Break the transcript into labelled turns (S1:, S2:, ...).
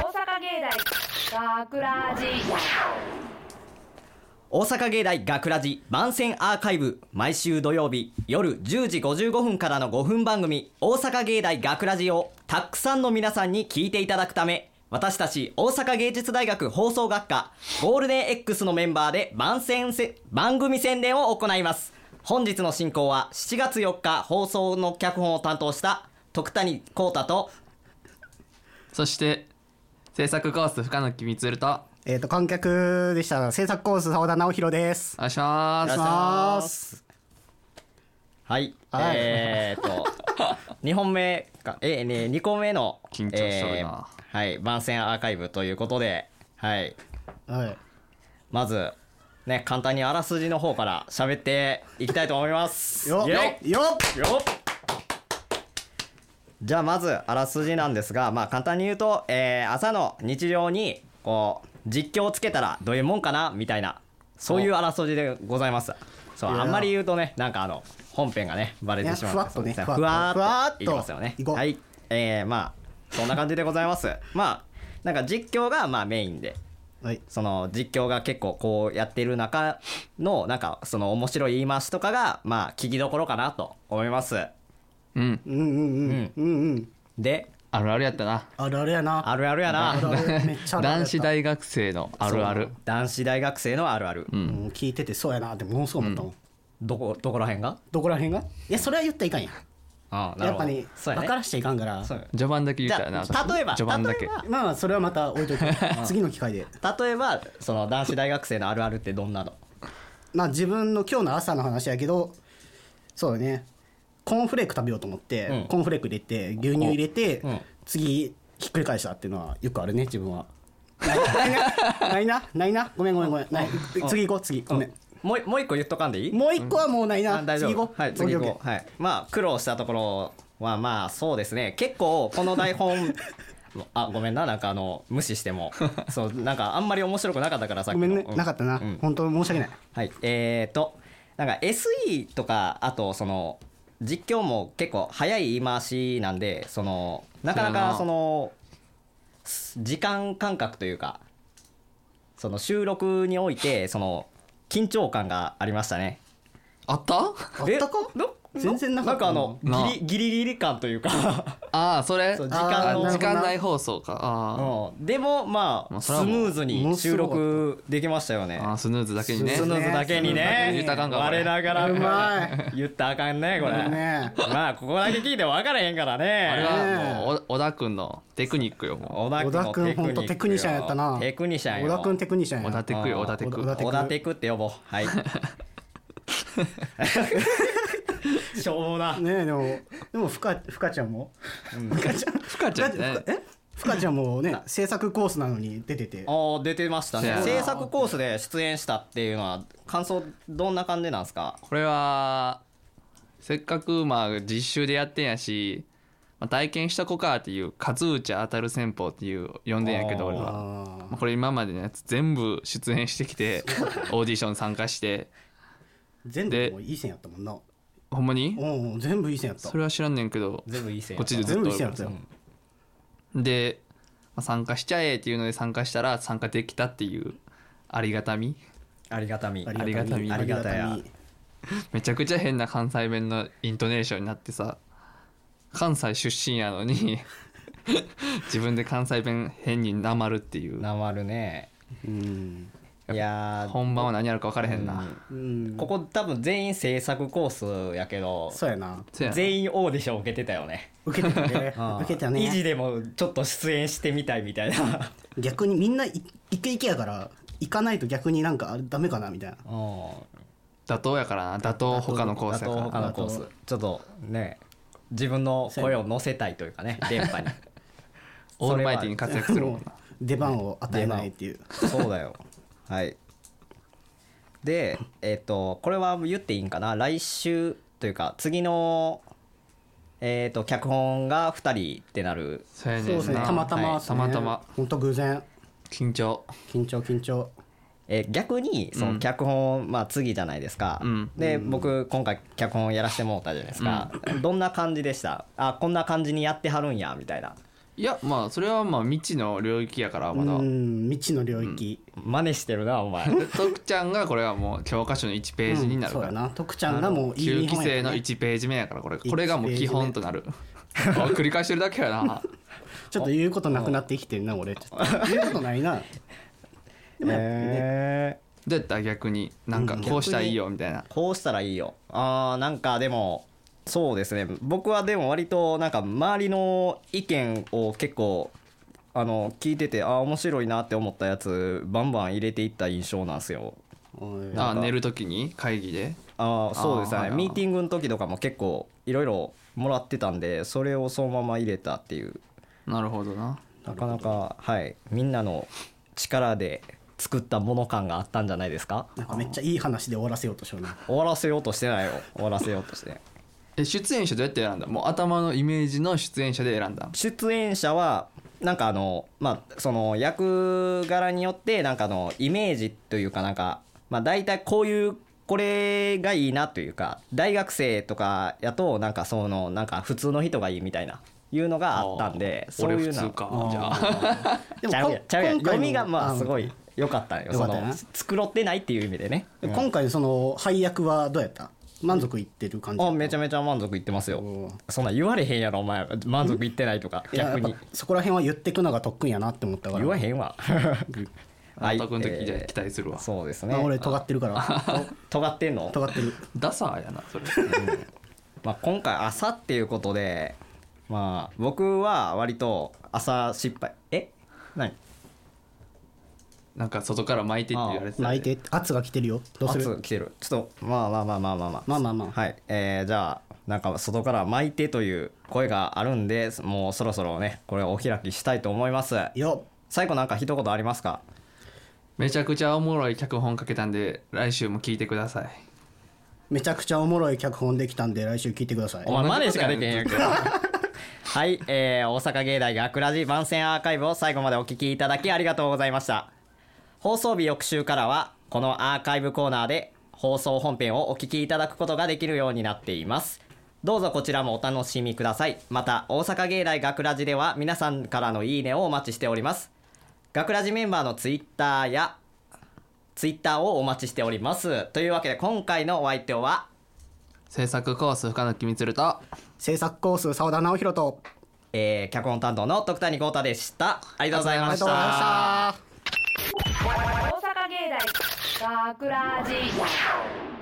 S1: 大学ラジ
S2: 大阪芸大学ラジ番宣アーカイブ毎週土曜日夜10時55分からの5分番組「大阪芸大学ラジをたくさんの皆さんに聞いていただくため私たち大阪芸術大学放送学科ゴールデン X のメンバーで番宣せ番組宣伝を行います本日の進行は7月4日放送の脚本を担当した徳谷幸太と
S3: そして制作コース深野光ると
S4: えっ、と観客でした制作コース澤田直弘です。
S3: お願いしま
S2: お願いし
S3: す
S2: ますはい、
S4: はい
S2: えー、っと2本目かえー、ね2個目の
S3: 緊張しとるな
S2: えーはい番宣アーカイブということではい
S4: はい。
S2: まずね簡単にあらすじの方から喋っていきたいと思います
S4: よ
S2: イエイ
S4: よ
S2: よじゃあまずあらすじなんですが、まあ、簡単に言うと、えー朝の日常にこう実況をつけたらどういうもんかなみたいなそういうあらすじでございますそう
S4: いやー
S2: あんまり言うとねなんかあの本編がねバレてしまう
S4: いやふわっとね
S2: そうです
S4: ふ
S2: ふ
S4: わ
S2: わ
S4: っ
S2: ー
S4: と
S2: っとい
S4: ふ
S2: き
S4: わ
S2: ま
S4: っ
S2: す
S4: と
S2: よね
S4: いこう
S2: はいえー、まあそんな感じでございますまあなんか実況がまあメインで
S4: はい。
S2: その実況が結構こうやってる中のなんかその面白い言い回しとかがまあ聞きどころかなと思います
S3: うん
S4: うんうんうんうんうん。
S2: で
S3: あるあるやったな
S4: あるあるやな。
S2: あるあるや
S4: ある
S2: な
S4: あるめっちゃあるあるやった
S3: 男子大学生のあるある
S2: 男子大学生のあるある、
S4: うん聞いててそうやなってものすごい思ったもん。
S2: どこどこら辺が
S4: どこら辺が？いやそれは言ったらいかんやん。
S2: ああな
S4: や
S2: るほ
S4: っぱ
S2: ど
S4: ね
S2: そうや
S4: 分
S2: ね
S4: からしちゃいかんから。
S2: そう
S3: 序盤だけ言ったよな
S2: じゃあ例えば
S3: 序盤だけ
S2: 例えば
S4: まあまあそれはまた置いといて次の機会で。
S2: 例えばその男子大学生のあるあるってどんなの
S4: まあ自分の今日の朝の話やけど、そうだね。コーンフレーク食べようと思って、
S2: うん
S4: コーンフレーク入れて牛乳入れて、
S2: うん
S4: 次ひっくり返したっていうのはよくあるね自分 は。ないなないなないなごめんごめんごめんない次行こう次ごめん。
S2: もうもう一個言っとかんでいい
S4: もう一個はもうないな。
S2: あ大丈
S4: 次行
S2: 夫
S4: こう。
S2: はい次行
S4: オッケー
S2: こ
S4: オ
S2: う
S4: ッ
S2: はいまあ苦労したところはまあそうですね結構この台 本あごめんななんかあの無視してもそうなんかあんまり面白くなかったからさ
S4: ケー
S2: っ
S4: ご
S2: きの
S4: めんね、
S2: うん
S4: なかった
S2: う
S4: な、
S2: ん
S4: 本当申し訳ない。
S2: はい、えーと、なんか SE とか、あとその、実況も結構早い言い回しなんで、その、なかな
S3: そうや
S2: か
S3: な
S2: その、す時間感覚というか、その収録において、その、緊張感がありましたね。
S3: あった
S4: あったか？
S2: ど
S4: 全然なか
S2: な
S4: っ
S2: んか
S4: た
S2: あの、ギ
S3: な
S2: リギリギリ感という か、
S3: ああそれ
S2: そう時
S4: あ
S2: 間
S4: ー
S2: の
S4: なる
S3: 時
S4: ほど
S3: 間内放送かあ
S2: うん、でもまあ
S3: まあ
S2: ス
S3: それはもう
S2: ムーズに収録できましたよね
S3: ーあースヌーズだけにね
S2: スヌーズだけに
S3: 言
S2: ね
S3: ったらあかんかこれ
S2: 我ながら
S4: うま
S2: 言ったらあかんねこれ
S4: ね
S2: まあここだけ聞いても分からへんからね
S3: あれはもうお小田君のテクニックよも
S2: 小田君の
S4: 小田君ほんとテクニシャンやったな
S2: テクニシャンよ
S4: 小田君テクニシャン
S3: う
S4: や
S3: 小田テクよ
S2: あー
S3: 小田テク
S4: 小田テ
S2: 小田テクって呼ぼうはい しょうもな
S4: ねえでもでもふかふかちゃんも、ふかちゃんふ
S3: かちゃんってね
S4: えふかちゃんも ね制作コースなのに出てて
S2: ああ出てましたね
S3: そうや
S2: 制
S3: な
S2: 作コースで出演したっていうのは感想どんな感じなんですか
S3: これはせっかくまあ実習でやってんやし、まあ、体験した子かっていう「数打ち当たる戦法」っていう呼んでんやけど
S2: あー
S3: 俺は
S4: あ
S3: まあこれ今までのやつ全部出演してき てオーディション参加して
S4: 全部
S3: で
S4: もういい線やったもんな
S3: ほんまに
S4: うんうん全部いい線やった
S3: それは知らんねんけど
S2: 全部いい線
S3: こっちでずっ
S4: 全
S3: と
S4: 部
S3: お
S4: いい
S3: る
S4: 線
S3: か
S4: やっ
S3: ら
S4: たよ
S3: で、まあ、参加しちゃえっていうので参加したら参加できたっていうありがたみ
S2: ありがたみ
S4: ありがたみ
S2: ありがたや
S4: ありが
S3: めちゃくちゃ変な関西弁のイントネーションになってさ関西出身やの に自分で関西弁変になまるっていう
S2: なまるね
S4: たみうん
S2: いやー
S3: 本番は何やるか分からへんな、
S4: うん
S2: ここ多分全員制作コースやけど
S4: そうやな
S3: せやな
S2: 全員オーディション受けてたよね
S4: 受けてた ね受けてた
S2: 維持
S4: ね
S2: でもちょっと出演してみたいみ たいな
S4: 逆にみんないイケイケやから行かないと逆になんかあれダメかなみたいな
S2: うん
S3: 妥当やからな妥当他のコースや
S2: あと
S3: か
S2: 他
S3: ら
S2: のコースちょっとね自分の声を乗せたいというかね電 波に
S3: オールマイティに活躍するもんな
S4: 出番を与えないっていう
S2: そうだよはいでえっ、とこれは言っていいんかな来週というか次のえっ、と脚本が2人ってなる
S3: そうや
S4: そう
S3: ね
S4: で
S3: ん
S4: すね
S3: な
S4: たまたま
S2: は
S4: っす
S3: た
S4: ね
S3: またま
S4: ほんと偶然
S3: 緊張
S4: 緊張緊張
S2: えー逆にその脚本、まあ次じゃないですか、
S3: うん
S2: で僕今回脚本やらせてもらったじゃないですか、どんな感じでしたあこんな感じにやってはるんやみたいな
S3: いやまあそれはまあ未知の領域やからまだ、
S4: うん未知の領域、
S2: 真似してるなお 前
S3: 徳ちゃんがこれはもう教科書の1ページになる
S4: そう
S3: か
S4: や
S3: ら、
S4: な徳ちゃんがもういい
S3: 9
S4: 日
S3: 期生
S4: 本やから
S3: の
S4: ね
S3: 1ページ目やからこれこれがもう基本と なるあ繰り返してるだけやな
S4: ちょっと言うことなくなって生きてるな俺ちょっと言うことな いな
S2: え
S3: どうやった逆になんかこうしたらいいよみたいな
S2: ー、こうしたらいいよあーなんかでもそうですね僕はでも割となんか周りの意見を結構あの聞いててあー面白いなって思ったやつバンバン入れていった印象なんですよ
S4: おい
S3: あ寝る時に会議で
S2: あーそうです
S3: あーはい
S2: ね
S3: はい
S2: ミーティングの時とかも結構いろいろもらってたんでそれをそのまま入れたっていう
S3: なるほどな
S2: なかなかはいみんなの力で作ったもの感があったんじゃないですか
S4: なんかめっちゃいい話で終わらせようとしような
S2: 終わらせようとしてないよ終わらせようとして
S3: え出演者どうやって選んだもう頭のイメージの出演者で選んだ
S2: 出演者はなんかあのまあその役柄によってなんかあのイメージというかなんかまあ大体こういうこれがいいなというか大学生とかやとなんかそのなんか普通の人がいいみたいないうのがあったんで
S3: あー
S2: そういう
S3: 俺普
S2: の
S3: 通かじゃ
S2: ちゃ
S3: あ
S4: あ
S2: うやんちゃうやん読みがまあすご
S4: い
S2: い良かったよ
S4: 良か
S2: そ
S4: ったよ
S2: の
S4: な
S2: 繕ってないっていう意味でね
S4: 今回その配役はどうやった満足いってる感じ
S2: あめち
S4: ゃ
S2: ゃめちゃ満足いってますよ
S4: おー
S2: そんなん言われへんやろお前満足いってないとか逆に
S4: そこら辺は言ってくのが特訓やなって思ったから
S2: 言わへんわ は
S3: あ
S2: い
S3: たくん時じゃあ
S2: えー
S3: 期待するわ、
S2: そうですね
S4: まあ俺尖ってるから
S2: 尖ってんの、
S4: 尖ってる
S3: ダサーやなそれ
S2: まあ、今回朝っていうことでまあ僕は割と朝失敗え何
S3: なんか外から巻いてって言われてた
S4: 泣いて圧が来てるよどうす
S2: 圧
S4: る
S2: 来てるちょっとまあまあまあまあまあまあ
S4: まあまあまあ
S2: はい、えーじゃあなんか外から巻いてという声があるんでもうそろそろねこれをお開きしたいと思います
S4: よ
S2: 最後なんか一言ありますか
S3: めちゃくちゃおもろい脚本書けたんで来週も聞いてください
S4: めちゃくちゃおもろい脚本できたんで来週聞いてください
S2: お前マネしかできへんやんけはい、えー大阪芸大学ラジ番宣アーカイブを最後までお聞きいただきありがとうございました放送日翌週からはこのアーカイブコーナーで放送本編をお聞きいただくことができるようになっていますどうぞこちらもお楽しみくださいまた大阪芸大学ラジでは皆さんからのいいねをお待ちしております学ラジメンバーのツイッターやツイッターをお待ちしておりますというわけで今回のお相手は
S3: 制作コース深野君ると
S4: 制作コース澤田直弘と
S2: えー、脚本担当の徳谷豪太でした。ありがとうござい
S4: あり
S2: ま
S4: が
S2: し。
S4: とうございましたた
S1: 大阪芸大学ラジ